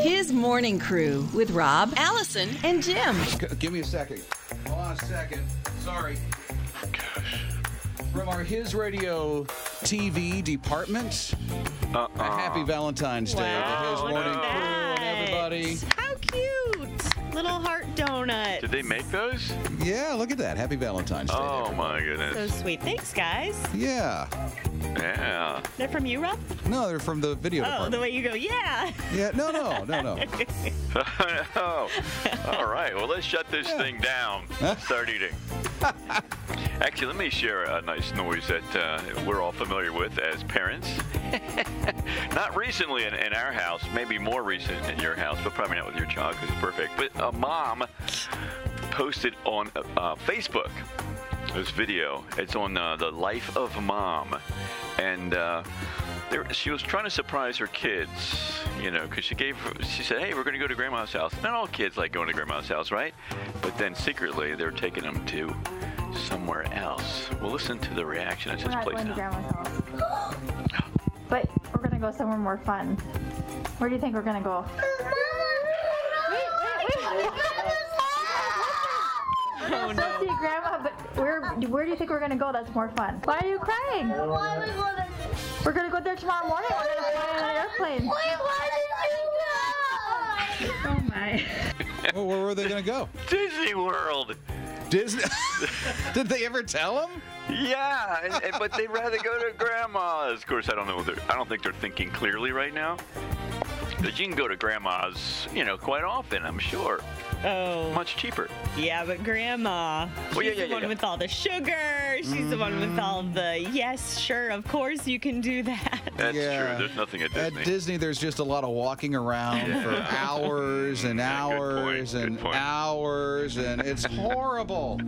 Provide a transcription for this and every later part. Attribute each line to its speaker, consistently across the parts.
Speaker 1: His morning crew with Rob, Allison, and Jim.
Speaker 2: G- give me a second. Hold on a second. Sorry. From our His Radio TV department, a happy Valentine's Day to His
Speaker 3: Uh-uh. Wow,
Speaker 2: Morning
Speaker 3: no.
Speaker 2: Crew and everybody.
Speaker 4: How cute! Little heart donut.
Speaker 3: Did they make those?
Speaker 2: Yeah, look at that. Happy Valentine's Day. to
Speaker 3: Oh
Speaker 2: everybody.
Speaker 3: my
Speaker 4: So
Speaker 3: goodness.
Speaker 4: sweet. Thanks, guys.
Speaker 2: Yeah.
Speaker 3: Yeah.
Speaker 4: They're from you, Rob?
Speaker 2: No, they're from the video
Speaker 4: Oh, the
Speaker 2: department.
Speaker 4: way you go, yeah.
Speaker 2: yeah, no, no, no, no.
Speaker 3: oh. All right. Well, let's shut this thing down. Start eating. Actually, let me share a nice noise that uh, we're all familiar with as parents. not recently in, in our house, maybe more recent in your house, but probably not with your child because it's perfect. But a mom posted on uh, Facebook this video. It's on uh, the life of mom, and uh, there, she was trying to surprise her kids, you know, because she gave. She said, "Hey, we're going to go to grandma's house." Not all kids like going to grandma's house, right? But then secretly, they're taking them to somewhere else. Well, listen to the reaction as
Speaker 5: We're
Speaker 3: this
Speaker 5: not
Speaker 3: plays
Speaker 5: going to
Speaker 3: out.
Speaker 5: grandma's house. But we're gonna go somewhere more fun. Where do you think we're gonna go?
Speaker 4: Oh,
Speaker 5: We're supposed to see grandma, but where where do you think we're gonna go that's more fun? Why are you crying? We're gonna go there tomorrow morning. We're gonna fly on an airplane. Oh my.
Speaker 2: Well, where were they going to go?
Speaker 3: Disney World.
Speaker 2: Disney. Did they ever tell him?
Speaker 3: Yeah, and, and- but they'd rather go to grandma's. Of course, I don't know. What they're, I don't think they're thinking clearly right now. But you can go to grandma's, you know, quite often. I'm sure,
Speaker 4: Oh,
Speaker 3: much cheaper.
Speaker 4: yeah, but Grandma. She's
Speaker 3: Well, yeah, yeah,
Speaker 4: the
Speaker 3: yeah,
Speaker 4: one
Speaker 3: yeah.
Speaker 4: with all the sugar. She's the one with all the yes, sure, of course you can do that.
Speaker 2: Mm-hmm.
Speaker 3: That's
Speaker 2: Yeah.
Speaker 3: true. There's nothing at Disney.
Speaker 2: At Disney, there's just a lot of walking around for hours and
Speaker 3: Yeah, good point,
Speaker 2: hours and
Speaker 3: good point.
Speaker 2: hours, and it's horrible.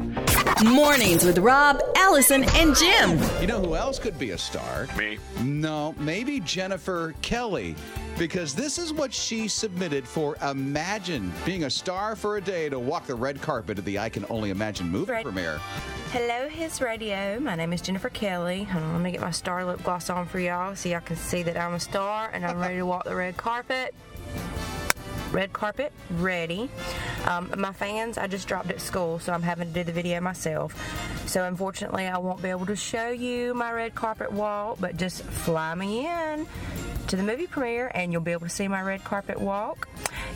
Speaker 1: Mornings with Rob, Allison, and Jim.
Speaker 2: You know who else could be a star?
Speaker 3: Me.
Speaker 2: No, maybe Jennifer Kelly, because this is what she submitted for Imagine being a star for a day to walk the red carpet at the I Can Only Imagine movie
Speaker 6: Right.
Speaker 2: premiere.
Speaker 6: Hello, His Radio. My name is Jennifer Kelly. Hold on, let me get my star lip gloss on for y'all so y'all can see that I'm a star and I'm ready to walk the red carpet. Red carpet, ready. Um, my fans, I just dropped at school, so I'm having to do the video myself. So unfortunately, I won't be able to show you my red carpet walk, but just fly me in to the movie premiere and you'll be able to see my red carpet walk.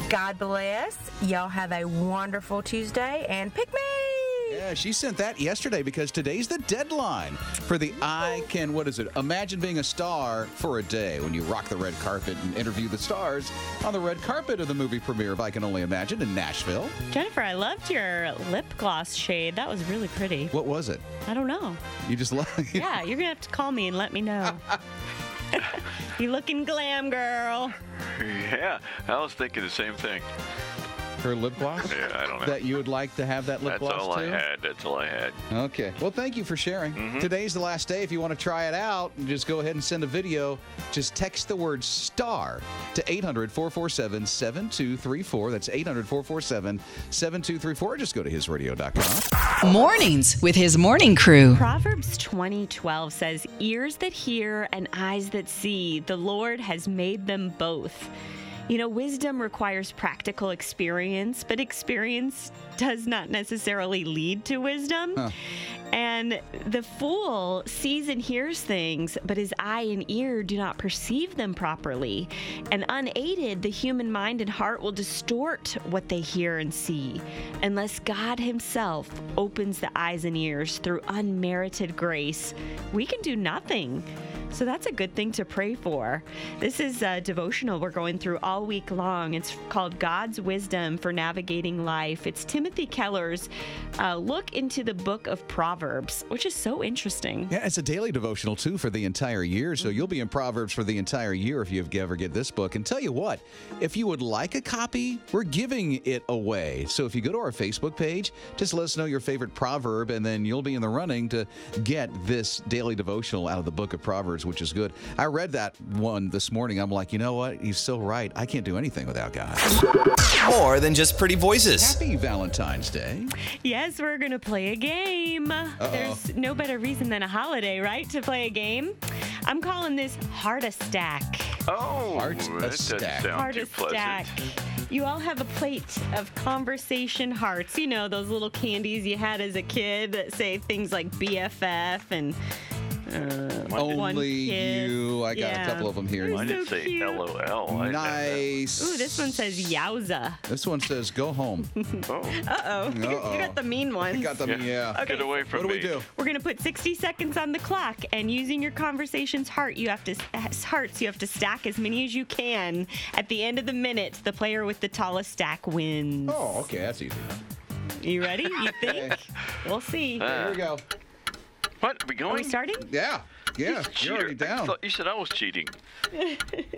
Speaker 6: God bless. Y'all have a wonderful Tuesday and pick me!
Speaker 2: Yeah, she sent that yesterday because today's the deadline for the I Can, what is it? Imagine being a star for a day when you rock the red carpet and interview the stars on the red carpet of the movie premiere of I Can Only Imagine in Nashville.
Speaker 4: Jennifer, I loved your lip gloss shade. That was really pretty.
Speaker 2: What was it?
Speaker 4: I don't know.
Speaker 2: You just love
Speaker 4: Yeah, you're going to have to call me and let me know. you looking glam, girl.
Speaker 3: Yeah, I was thinking the same thing.
Speaker 2: her lip gloss?
Speaker 3: Yeah, I don't know.
Speaker 2: That you would like to have that lip
Speaker 3: That's
Speaker 2: gloss
Speaker 3: all
Speaker 2: too?
Speaker 3: I had. That's all I had.
Speaker 2: Okay. Well, thank you for sharing. Today's the last day. If you want to try it out, just go ahead and send a video. Just text the word star to 800 447 7234. That's 800 447 7234. Just go to hisradio.com.
Speaker 1: Mornings with his morning crew.
Speaker 4: Proverbs 20:12 says, "Ears that hear and eyes that see, the Lord has made them both." You know, wisdom requires practical experience, but experience does not necessarily lead to wisdom. And the fool sees and hears things, but his eye and ear do not perceive them properly. And unaided, the human mind and heart will distort what they hear and see, unless God Himself opens the eyes and ears through unmerited grace. We can do nothing. So that's a good thing to pray for. This is a devotional we're going through all week long. It's called God's Wisdom for Navigating Life. It's Timothy Keller's uh, look into the book of Proverbs, which is so interesting.
Speaker 2: Yeah, it's a daily devotional too for the entire year. So you'll be in Proverbs for the entire year if you ever get this book. And tell you what, if you would like a copy, we're giving it away. So if you go to our Facebook page, just let us know your favorite proverb, and then you'll be in the running to get this daily devotional out of the book of Proverbs, which is good. I read that one this morning. I'm like, you know what? He's so right. I can't do anything without God.
Speaker 7: More than just pretty voices.
Speaker 2: Happy Valentine's Day.
Speaker 4: Yes, we're going to play a game. There's no better reason than a holiday, right, to play a game? I'm calling this Heart a Stack.
Speaker 3: Oh,
Speaker 2: Art
Speaker 3: that doesn't
Speaker 2: Astack.
Speaker 3: sound
Speaker 4: Heart
Speaker 3: too pleasant.
Speaker 4: attack. You all have a plate of conversation hearts. You know, those little candies you had as a kid that say things like BFF and. Uh, one
Speaker 2: Only
Speaker 4: kiss.
Speaker 2: you. I got a
Speaker 4: Yeah.
Speaker 2: couple of them here.
Speaker 4: They're
Speaker 3: Mine
Speaker 4: so
Speaker 3: did say
Speaker 4: cute.
Speaker 3: LOL. I had
Speaker 2: Nice.
Speaker 4: Ooh, this one says Yowza.
Speaker 2: This one says go home.
Speaker 3: that. Oh,
Speaker 4: Uh
Speaker 2: Uh-oh.
Speaker 4: oh. You got the mean one.
Speaker 2: Got them. Yeah.
Speaker 3: get away from
Speaker 2: What do we
Speaker 3: me.
Speaker 2: do?
Speaker 4: We're gonna put 60 seconds on the clock, and using your conversation's heart, you have to s- hearts. You have to stack as many as you can. At the end of the minute, the player with the tallest stack wins.
Speaker 2: Oh, okay. That's easy.
Speaker 3: Uh,
Speaker 4: You ready? You think? we'll see.
Speaker 3: Uh,
Speaker 4: Are
Speaker 2: Here we go.
Speaker 3: What? Are we going?
Speaker 4: we starting?
Speaker 2: Yeah. Yeah. You're
Speaker 3: Cheater.
Speaker 2: already
Speaker 3: I
Speaker 2: down.
Speaker 3: thought you said I was cheating.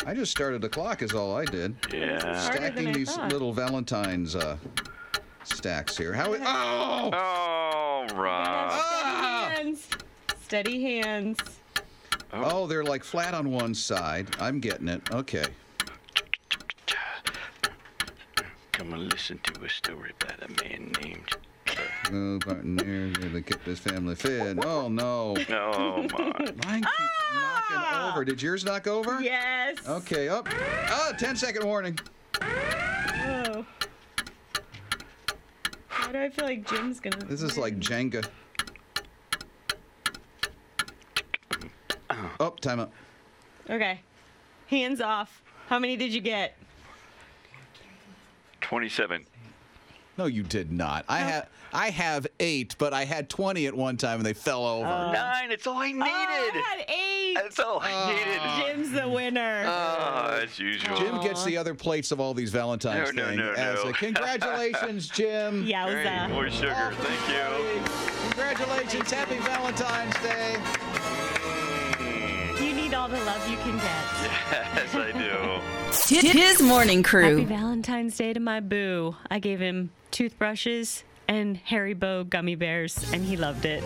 Speaker 2: I just started the clock, is all I did.
Speaker 3: Yeah.
Speaker 4: Harder than
Speaker 2: Stacking
Speaker 4: I
Speaker 2: these
Speaker 4: thought.
Speaker 2: little Valentine's uh, stacks here. How? Oh!
Speaker 3: All right.
Speaker 2: Ah!
Speaker 4: Steady hands. Steady hands.
Speaker 2: Oh, they're like flat on one side. I'm getting it. Okay.
Speaker 3: Come and listen to a story about a man named.
Speaker 2: Oh, Barton, here, here to keep this family fed. Oh no,
Speaker 3: Oh my.
Speaker 2: mine keeps knocking over. Did yours knock over?
Speaker 4: Ah! Yes.
Speaker 2: Okay. Up. Ah, 10 second warning.
Speaker 4: Oh. Why do I feel like Jim's gonna?
Speaker 2: This is like Jenga. Oh, time up.
Speaker 4: Okay. Hands off. How many did you get?
Speaker 3: 27.
Speaker 2: No, you did not. I have I have eight, but I had 20 at one time and they fell over.
Speaker 3: Nine. It's
Speaker 2: uh,
Speaker 3: all I needed.
Speaker 4: Oh, I had eight.
Speaker 3: That's all I needed.
Speaker 4: Jim's the winner.
Speaker 3: Oh, as usual.
Speaker 2: Jim gets the other plates of all these Valentine's
Speaker 3: No, no,
Speaker 2: things.
Speaker 3: no,
Speaker 2: as
Speaker 3: no.
Speaker 2: a- congratulations, Jim.
Speaker 3: Hey,
Speaker 4: Yowza.
Speaker 3: more
Speaker 2: Oh,
Speaker 3: sugar. Thank you.
Speaker 2: Congratulations. Happy Valentine's Day.
Speaker 4: You need all the love you can get.
Speaker 3: Yes, I do.
Speaker 1: His morning
Speaker 4: Happy
Speaker 1: crew.
Speaker 4: Valentine's Day to my boo. I gave him toothbrushes and Harry Bow gummy bears, and he loved it.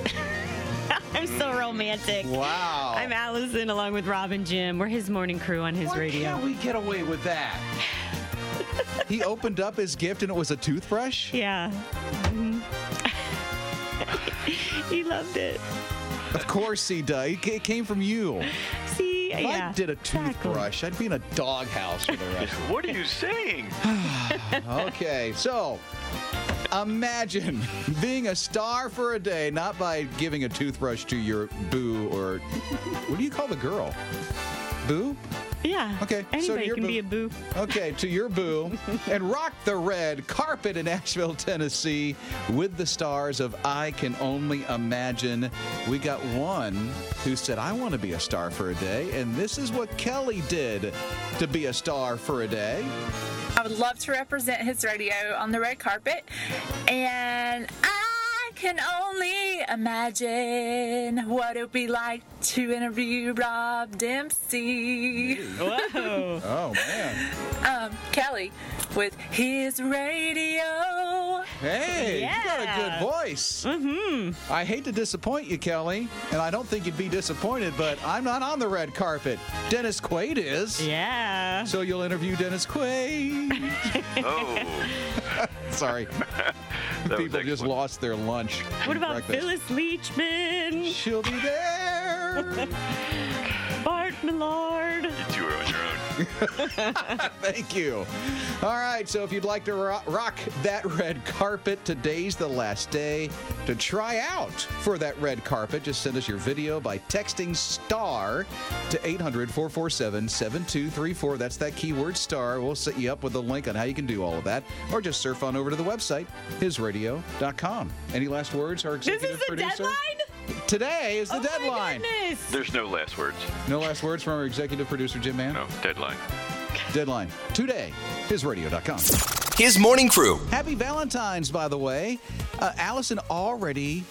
Speaker 4: I'm so romantic.
Speaker 2: Wow.
Speaker 4: I'm Allison along with Rob and Jim. We're his morning crew on his
Speaker 2: Why
Speaker 4: radio.
Speaker 2: can't we get away with that? he opened up his gift and it was a toothbrush?
Speaker 4: Yeah. Mhm. he loved it.
Speaker 2: Of course he does. It ca- came from you.
Speaker 4: See,
Speaker 2: If
Speaker 4: yeah.
Speaker 2: I did a
Speaker 4: exactly.
Speaker 2: toothbrush, I'd be in a doghouse for the rest
Speaker 3: What are you saying?
Speaker 2: Okay, so imagine being a star for a day, not by giving a toothbrush to your boo or what do you call the girl? Boo?
Speaker 4: Yeah.
Speaker 2: Okay, so
Speaker 4: Anybody
Speaker 2: you're
Speaker 4: can be a
Speaker 2: boo-
Speaker 4: boo.
Speaker 2: Okay, to your boo and rock the red carpet in Nashville, Tennessee with the stars of I Can Only Imagine. We got one who said, I want to be a star for a day, and this is what Kelly did to be a star for a day.
Speaker 8: I would love to represent his radio on the red carpet. And I can only imagine what it would be like to interview Rob Dempsey.
Speaker 4: Whoa.
Speaker 2: Oh, man.
Speaker 8: Um, Kelly with his radio.
Speaker 2: Hey, you got
Speaker 4: Yeah.
Speaker 2: a good voice. Mm-hmm. I hate to disappoint you, Kelly, and I don't think you'd be disappointed, but I'm not on the red carpet. Dennis Quaid is.
Speaker 4: yeah.
Speaker 2: So you'll interview Dennis Quaid.
Speaker 3: Oh,
Speaker 2: Sorry,
Speaker 3: that was
Speaker 2: people just
Speaker 3: excellent.
Speaker 2: lost their lunch.
Speaker 4: What
Speaker 2: and
Speaker 4: about
Speaker 2: breakfast.
Speaker 4: Phyllis Leachman,
Speaker 2: She'll be there.
Speaker 4: Bart Millard?
Speaker 3: You two are on your own.
Speaker 2: Thank you. All right, so if you'd like to ro- rock that red carpet, today's the last day to try out for that red carpet. Just send us your video by texting STAR to 800 447 7234. That's that keyword STAR. We'll set you up with a link on how you can do all of that, or just surf on over to the website, hisradio.com. Any last words, our
Speaker 4: This
Speaker 2: executive
Speaker 4: is the
Speaker 2: producer?
Speaker 4: deadline?
Speaker 2: Today is the
Speaker 4: oh
Speaker 2: deadline.
Speaker 4: My goodness.
Speaker 3: There's no last words.
Speaker 2: No last words from our executive producer, Jim Mann.
Speaker 3: No, deadline.
Speaker 2: Deadline today, hisradio.com.
Speaker 7: His morning crew.
Speaker 2: Happy Valentine's, by the way. Uh, Allison already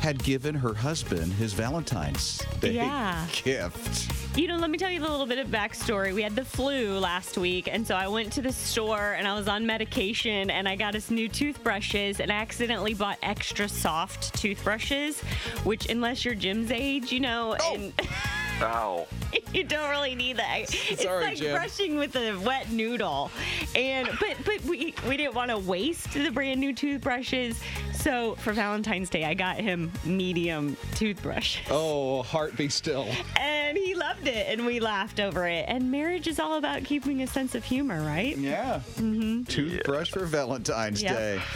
Speaker 2: had given her husband his Valentine's Day
Speaker 4: Yeah.
Speaker 2: gift.
Speaker 4: You know, let me tell you a little bit of backstory. We had the flu last week, and so I went to the store and I was on medication and I got us new toothbrushes and I accidentally bought Oh. extra soft toothbrushes, which, unless you're Jim's age, you know, and
Speaker 3: Ow.
Speaker 4: you don't really need that. It's
Speaker 2: Sorry,
Speaker 4: like
Speaker 2: Jen.
Speaker 4: brushing with a wet noodle. And but but we we didn't want to waste the brand new toothbrushes. So for Valentine's Day, I got him medium toothbrush.
Speaker 2: Oh, heart be still.
Speaker 4: And he loved it and we laughed over it. And marriage is all about keeping a sense of humor, right?
Speaker 2: Yeah.
Speaker 4: Mm-hmm.
Speaker 2: Toothbrush for Valentine's
Speaker 4: Yep.
Speaker 2: Day.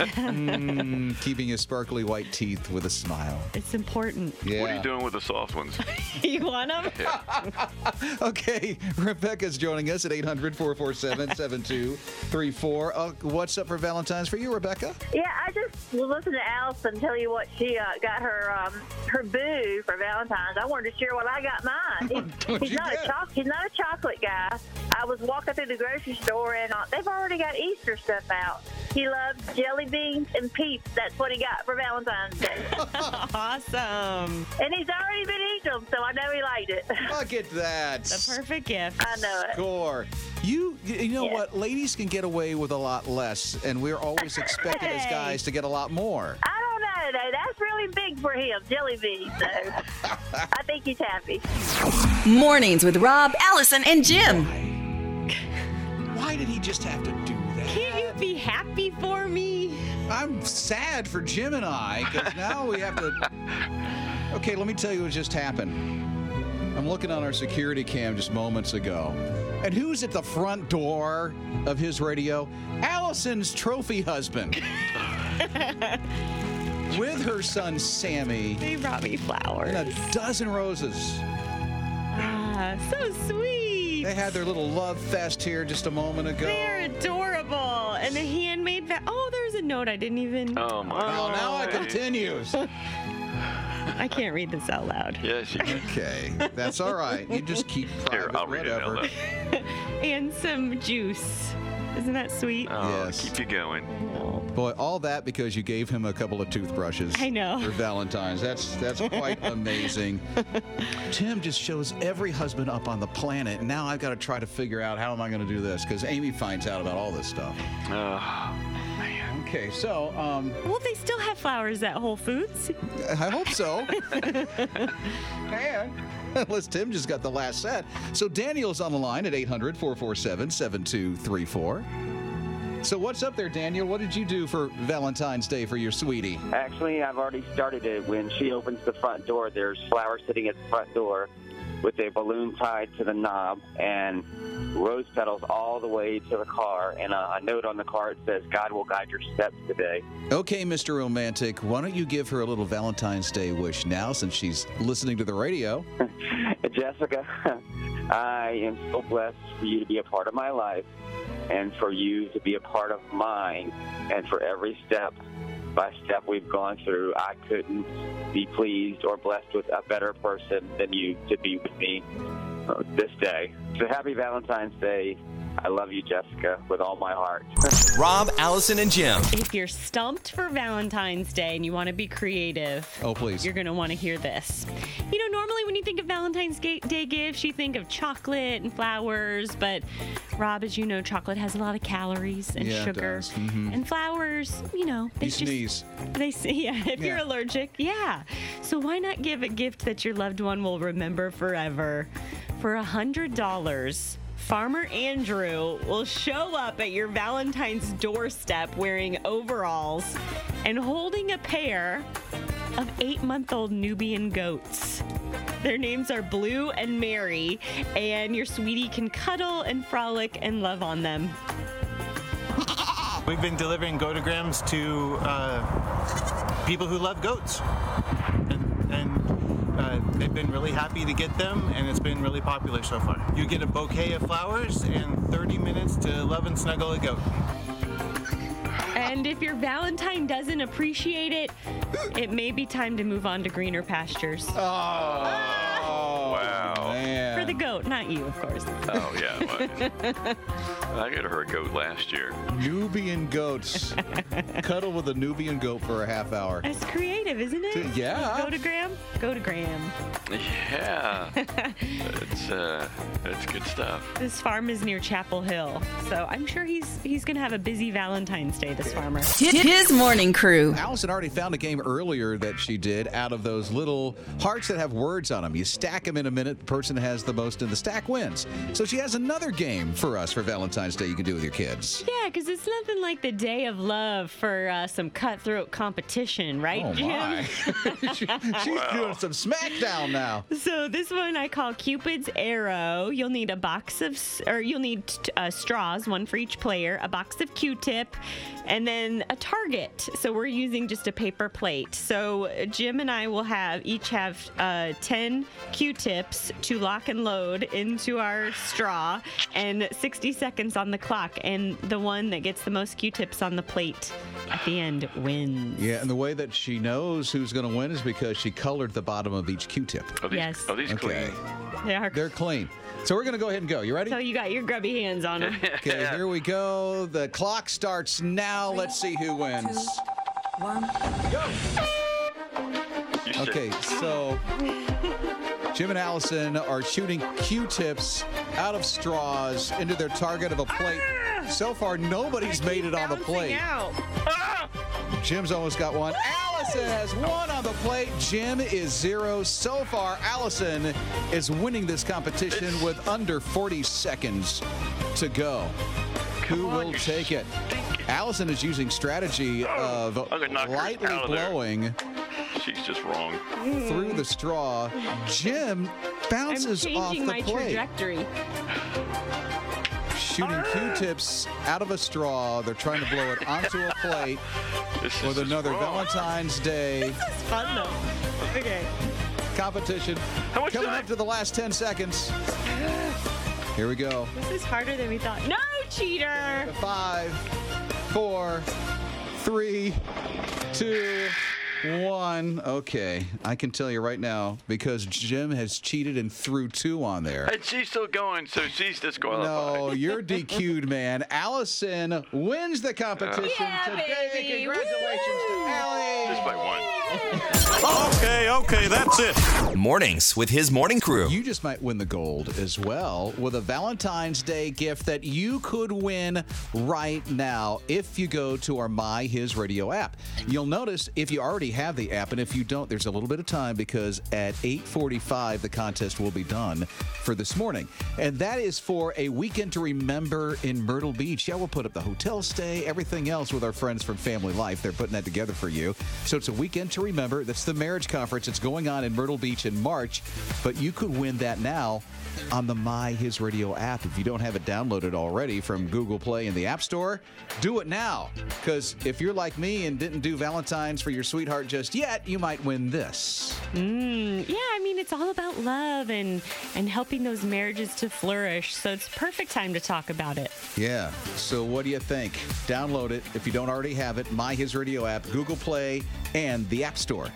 Speaker 2: Mm, keeping his sparkly white teeth with a smile.
Speaker 4: It's important.
Speaker 2: Yeah.
Speaker 3: What are you doing with the soft ones?
Speaker 4: You want them?
Speaker 2: Okay, Rebecca's joining us at 800 447 7234. Uh, What's up for Valentine's for you, Rebecca?
Speaker 9: Yeah, I just will listen to Allison tell you what she uh, got her um, her boo for Valentine's. I wanted to share what I got mine. He-
Speaker 2: What'd
Speaker 9: he's
Speaker 2: you
Speaker 9: not
Speaker 2: get?
Speaker 9: a choc- he's not a chocolate guy. I was walking through the grocery store and uh, they've already got Easter stuff out. He loves jelly beans and peeps. That's what he got for Valentine's Day,
Speaker 4: Awesome.
Speaker 9: and he's already been eating them, so I know he liked it.
Speaker 2: Look at that.
Speaker 4: The perfect gift.
Speaker 9: I know it.
Speaker 2: Score. You you know
Speaker 9: Yeah.
Speaker 2: what? Ladies can get away with a lot less, and we're always expected as
Speaker 4: Hey.
Speaker 2: guys to get a lot more.
Speaker 9: I don't know though. That's really big for him, jelly beans. So I think he's happy.
Speaker 1: Mornings with Rob, Allison, and Jim.
Speaker 2: Why did he just have to do that?
Speaker 4: Can't you be happy for me?
Speaker 2: I'm sad for Jim and I because now we have to. Okay, let me tell you what just happened. I'm looking on our security cam just moments ago. And who's at the front door of his radio? Allison's trophy husband. With her son Sammy
Speaker 4: They brought me flowers.
Speaker 2: and a dozen roses.
Speaker 4: Ah, so sweet.
Speaker 2: They had their little love fest here just a moment ago.
Speaker 4: They're adorable. And the handmade va- Oh, there's a note I didn't even.
Speaker 3: Oh, my God.
Speaker 2: Well, now it continues.
Speaker 4: I can't read this out loud.
Speaker 3: Yes, you can.
Speaker 2: Okay, that's all right. You just keep
Speaker 3: Here,
Speaker 2: private,
Speaker 3: I'll read it out
Speaker 2: whatever.
Speaker 3: loud.
Speaker 4: And some juice. Isn't that sweet?
Speaker 3: Oh,
Speaker 2: Yes.
Speaker 3: Keep you going.
Speaker 2: Boy, all that because you gave him a couple of toothbrushes.
Speaker 4: I know.
Speaker 2: For Valentine's. That's that's quite amazing. Tim just shows every husband up on the planet. And now I've got to try to figure out how am I going to do this because Amy finds out about all this stuff.
Speaker 3: Oh,
Speaker 2: Okay, so um,
Speaker 4: Well, they still have flowers at Whole Foods.
Speaker 2: I hope so. and unless Tim just got the last set. So Daniel's on the line at 800 447 7234. So what's up there, Daniel? What did you do for Valentine's Day for your sweetie?
Speaker 10: Actually, I've already started it. When she opens the front door, there's flowers sitting at the front door with a balloon tied to the knob and rose petals all the way to the car. And uh, a, a note on the car that says, God will guide your steps today.
Speaker 2: Okay, Mr. Romantic, why don't you give her a little Valentine's Day wish now since she's listening to the radio?
Speaker 10: Jessica, I am so blessed for you to be a part of my life and for you to be a part of mine. And for every step by step we've gone through, I couldn't be pleased or blessed with a better person than you to be with me uh, this day. So happy Valentine's Day. I love you, Jessica, with all my heart.
Speaker 7: Rob, Allison, and Jim.
Speaker 4: If you're stumped for Valentine's Day and you want to be creative,
Speaker 2: Oh, please.
Speaker 4: you're going to want to hear this. You know, normally when you think of Valentine's Ga- Day gifts, you think of chocolate and flowers, but Rob, as you know, chocolate has a lot of calories and
Speaker 2: Yeah, it
Speaker 4: sugar.
Speaker 2: does. Mhm.
Speaker 4: And flowers, you know, they
Speaker 2: You
Speaker 4: just
Speaker 2: sneeze.
Speaker 4: they say yeah, if you're
Speaker 2: Yeah.
Speaker 4: allergic, yeah. So why not give a gift that your loved one will remember forever? For a hundred dollars, Farmer Andrew will show up at your Valentine's doorstep wearing overalls and holding a pair of eight-month-old Nubian goats. Their names are Blue and Mary, and your sweetie can cuddle and frolic and love on them.
Speaker 11: We've been delivering gotograms to uh, people who love goats, and, and uh, they've been really happy to get them, and it's been really popular so far. You get a bouquet of flowers and 30 minutes to love and snuggle a goat.
Speaker 4: And if your Valentine doesn't appreciate it, it Oh, may be time to move on to greener pastures.
Speaker 2: Oh, wow.
Speaker 3: Wow.
Speaker 4: For the goat, not you, of course.
Speaker 3: Oh, yeah, I got her a goat last year.
Speaker 2: Nubian goats. Cuddle with a Nubian goat for a half hour.
Speaker 4: That's creative, isn't it?
Speaker 2: Yeah.
Speaker 4: Go to Graham. Go to Graham.
Speaker 3: Yeah. That's uh, that's good stuff.
Speaker 4: This farm is near Chapel Hill, so I'm sure he's he's gonna have a busy Valentine's Day. This farmer.
Speaker 2: His morning crew. Allison already found a game earlier that she did out of those little hearts that have words on them. You stack them in a minute, the person has the most in the stack wins. So she has another game for us for Valentine's Day you can do with your kids.
Speaker 4: Yeah, because it's nothing like the day of love for uh, some cutthroat competition, right,
Speaker 2: Oh,
Speaker 4: Jim?
Speaker 2: my. She's doing some SmackDown now.
Speaker 4: So this one I call Cupid's arrow. You'll need a box of, s- or you'll need t- uh, straws, one for each player, a box of Q-tip, and then a target. So we're using just a paper plate. So uh, Jim and I will have each have uh, ten Q-tips to lock and load into our straw, and 60 seconds on the clock. And the one that gets the most Q-tips on the plate at the end wins.
Speaker 2: Yeah, and the way that she knows who's going to win is because she colored the bottom of each Q-tip.
Speaker 3: Are these,
Speaker 4: Yes.
Speaker 3: Are these
Speaker 2: Okay.
Speaker 4: They are.
Speaker 2: They're clean. So we're going to go ahead and go. You ready?
Speaker 4: So you got your grubby hands on them.
Speaker 2: Okay, here we go. The clock starts now. Let's see who wins.
Speaker 4: One.
Speaker 2: Okay, so Jim and Allison are shooting Q-tips out of straws into their target of a plate. So far, nobody's made it on the plate. Jim's almost got one. Allison has one on the plate. Jim is zero. So far, Allison is winning this competition with under 40 seconds to go. Who will take it? Allison is using strategy of
Speaker 3: Oh, I'm gonna knock her
Speaker 2: lightly
Speaker 3: out of there.
Speaker 2: blowing
Speaker 3: She's just wrong.
Speaker 2: through the straw. Jim bounces
Speaker 4: I'm
Speaker 2: off
Speaker 4: changing
Speaker 2: the
Speaker 4: my
Speaker 2: plate,
Speaker 4: trajectory.
Speaker 2: shooting Q-tips out of a straw. They're trying to blow it onto a plate with another Valentine's Day
Speaker 4: Fun though. Okay.
Speaker 2: competition. Coming up to the last 10 seconds. Here we go.
Speaker 4: This is harder than we thought. No, cheater!
Speaker 2: Five, four, three, two, one. Okay, I can tell you right now because Jim has cheated and threw two on there.
Speaker 3: And she's still going, so she's disqualified.
Speaker 2: No, you're DQ'd, man. Allison wins the competition today. Congratulations to Allie.
Speaker 3: Just by one.
Speaker 7: Okay, okay, that's it. Mornings with his morning crew.
Speaker 2: You just might win the gold as well with a Valentine's Day gift that you could win right now if you go to our My His Radio app. You'll notice if you already have the app, and if you don't, there's a little bit of time because at 8:45 the contest will be done for this morning, and that is for a weekend to remember in Myrtle Beach. Yeah, we'll put up the hotel stay, everything else with our friends from Family Life. They're putting that together for you. So it's a weekend to remember. That's the marriage conference. It's going on in Myrtle Beach in March, but you could win that now on the My His Radio app. If you don't have it downloaded already from Google Play and the App Store, do it now. Because if you're like me and didn't do Valentine's for your sweetheart just yet, you might win this.
Speaker 4: Mm, yeah, I mean, it's all about love and, and helping those marriages to flourish. So it's perfect time to talk about it.
Speaker 2: Yeah. So what do you think? Download it if you don't already have it. My His Radio app, Google Play, and the App Store.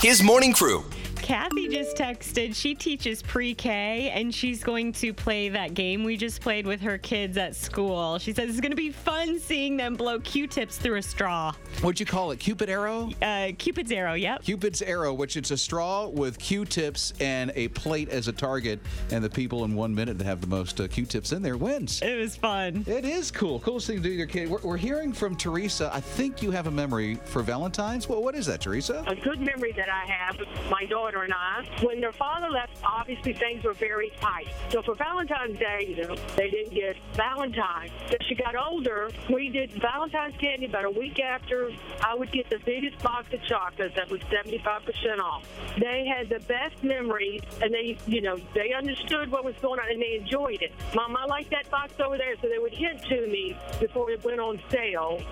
Speaker 7: His morning crew.
Speaker 4: Kathy just texted. She teaches pre K and she's going to play that game we just played with her kids at school. She says it's going to be fun seeing them blow Q tips through a straw.
Speaker 2: What'd you call it? Cupid arrow?
Speaker 4: Uh, Cupid's arrow, yep.
Speaker 2: Cupid's arrow, which it's a straw with Q-tips and a plate as a target, and the people in one minute that have the most uh, Q-tips in there wins.
Speaker 4: It was fun.
Speaker 2: It is cool. Coolest thing to do with your kid. We're, we're hearing from Teresa. I think you have a memory for Valentine's. Well, what is that, Teresa?
Speaker 12: a good memory that I have, my daughter and I, when their father left, obviously things were very tight. So for Valentine's Day, you know, they didn't get Valentine's. As she got older, we did Valentine's candy about a week after. I would get the biggest box of chocolates that was 75% off. They had the best memories, and they, you know, they understood what was going on and they enjoyed it. Mom, I like that box over there. So they would hint to me before it went on sale.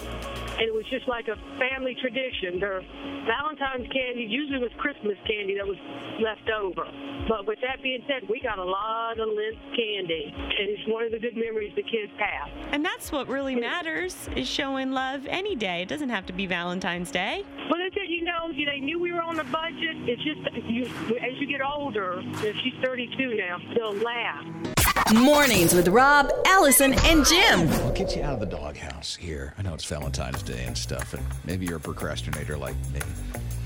Speaker 12: And it was just like a family tradition. Their Valentine's candy usually was Christmas candy that was left over. But with that being said, we got a lot of lint candy. And it's one of the good memories the kids have.
Speaker 4: And that's what really matters is showing love any day. It doesn't have to be Valentine's Day.
Speaker 12: But it's, you know, told you they knew we were on the budget. It's just you, as you get older, and she's 32 now, they'll laugh.
Speaker 1: Mornings with Rob, Allison, and Jim.
Speaker 2: I'll get you out of the doghouse here. I know it's Valentine's Day and stuff, and maybe you're a procrastinator like me.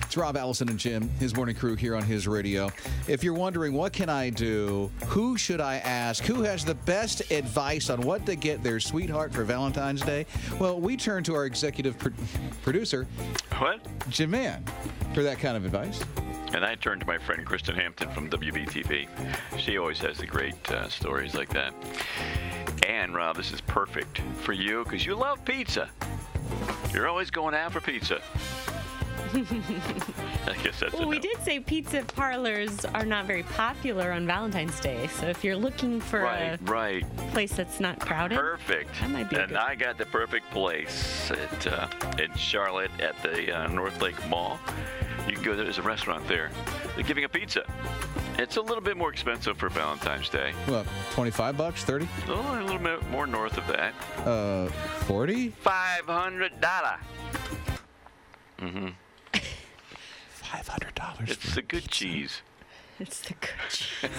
Speaker 2: It's Rob Allison and Jim, his morning crew here on his radio. If you're wondering what can I do, who should I ask, who has the best advice on what to get their sweetheart for Valentine's Day, well, we turn to our executive pro- producer,
Speaker 3: what
Speaker 2: Jim Mann, for that kind of advice.
Speaker 3: And I turned to my friend Kristen Hampton from WBTV. She always has the great uh, stories like that. And Rob, this is perfect for you because you love pizza. You're always going out for pizza. I guess that's
Speaker 4: Well,
Speaker 3: a
Speaker 4: we
Speaker 3: no.
Speaker 4: did say pizza parlors are not very popular on Valentine's Day. So if you're looking for
Speaker 3: Right, right.
Speaker 4: a place that's not crowded,
Speaker 3: Perfect.
Speaker 4: That might be a
Speaker 3: and
Speaker 4: good-
Speaker 3: I got the perfect place at, uh, in Charlotte at the uh, North Lake Mall. You can go there. There's a restaurant there. They're giving a pizza. It's a little bit more expensive for Valentine's Day.
Speaker 2: What, 25 bucks, 30,
Speaker 3: Oh, a little bit more north of that.
Speaker 2: uh, 40?
Speaker 3: Five hundred dollar. Mm-hmm.
Speaker 2: $500.
Speaker 3: It's the good cheese.
Speaker 4: it's the good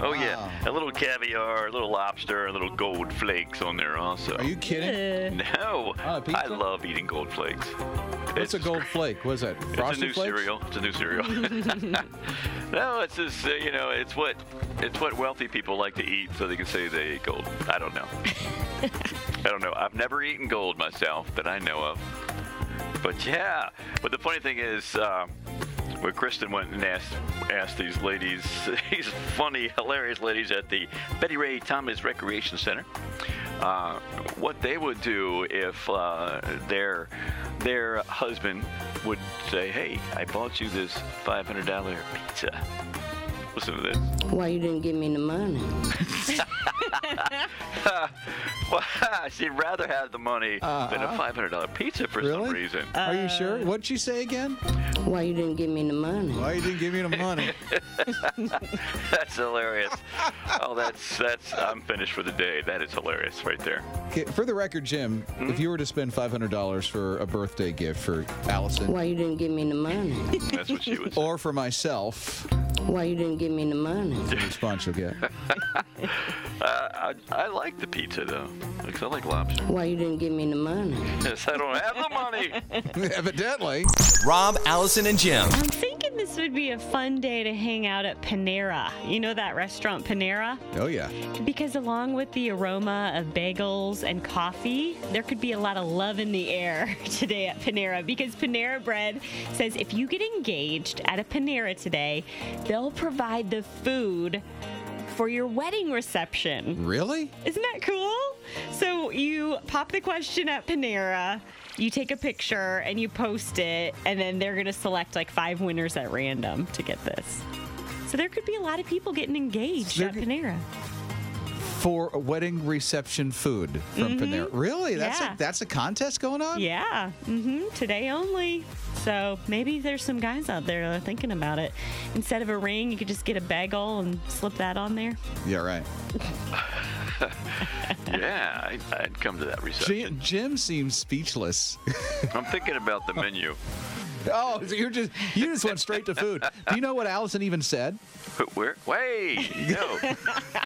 Speaker 3: oh yeah, a little caviar, a little lobster, a little gold flakes on there also. Are
Speaker 2: you
Speaker 4: kidding?
Speaker 3: No, I love eating gold flakes.
Speaker 2: What's a gold flake? What is that?
Speaker 3: it's a
Speaker 2: Frosted
Speaker 3: new
Speaker 2: flakes?
Speaker 3: cereal. It's a new cereal. no, it's just uh, you know, it's what it's what wealthy people like to eat, so they can say they ate gold. I don't know. I don't know. I've never eaten gold myself that I know of. But yeah, but the funny thing is, uh, when Kristen went and asked asked these ladies, these funny, hilarious ladies at the Betty Ray Thomas Recreation Center, uh, what they would do if uh, their their husband would say, "Hey, I bought you this $500 pizza." Listen to this.
Speaker 13: Why you didn't give me the money?
Speaker 3: Well, she'd rather have the money than a
Speaker 13: Uh-uh.
Speaker 3: $500 pizza for some reason.
Speaker 13: Are you
Speaker 2: sure? What'd you say again?
Speaker 13: Why you didn't give me the money?
Speaker 2: Why you didn't give me the money?
Speaker 3: that's hilarious. Oh, that's that's. I'm finished for the day. That is hilarious right there.
Speaker 2: Okay, for the record, Jim,
Speaker 4: Hmm?
Speaker 2: if you were to spend $500 for a birthday gift for Allison,
Speaker 13: Why you didn't give me the money?
Speaker 3: That's what she was.
Speaker 2: or for myself,
Speaker 13: Why you didn't give me the money?
Speaker 2: the response you'll get.
Speaker 3: Uh, I, I like the pizza though, because I like lobster.
Speaker 13: Why you didn't give me the money?
Speaker 3: Yes, I don't have the money.
Speaker 2: Evidently.
Speaker 7: Rob, Allison, and Jim.
Speaker 4: I'm thinking this would be a fun day to hang out at Panera. You know that restaurant Panera?
Speaker 2: Oh, yeah.
Speaker 4: Because along with the aroma of bagels and coffee, there could be a lot of love in the air today at Panera because Panera Bread says if you get engaged at a Panera today, they'll provide the food for your wedding reception.
Speaker 2: Really?
Speaker 4: Isn't that cool? So you pop the question at Panera, you take a picture and you post it, and then they're going to select like five winners at random to get this. So there could be a lot of people getting engaged at Panera.
Speaker 2: For a wedding reception food from Panera. Really? That's,
Speaker 4: Mm-hmm. Yeah.
Speaker 2: a, that's a contest going on?
Speaker 4: Yeah, hmm today only. So maybe there's some guys out there that are thinking about it. Instead of a ring, you could just get a bagel and slip that on there.
Speaker 2: Yeah, right.
Speaker 3: yeah, I, I'd come to that
Speaker 2: Jim,
Speaker 3: reception.
Speaker 2: Jim seems speechless.
Speaker 3: I'm thinking about the menu.
Speaker 2: oh, so you're just you just went straight to food. Do you know what Allison even said?
Speaker 3: Where? Wait, no.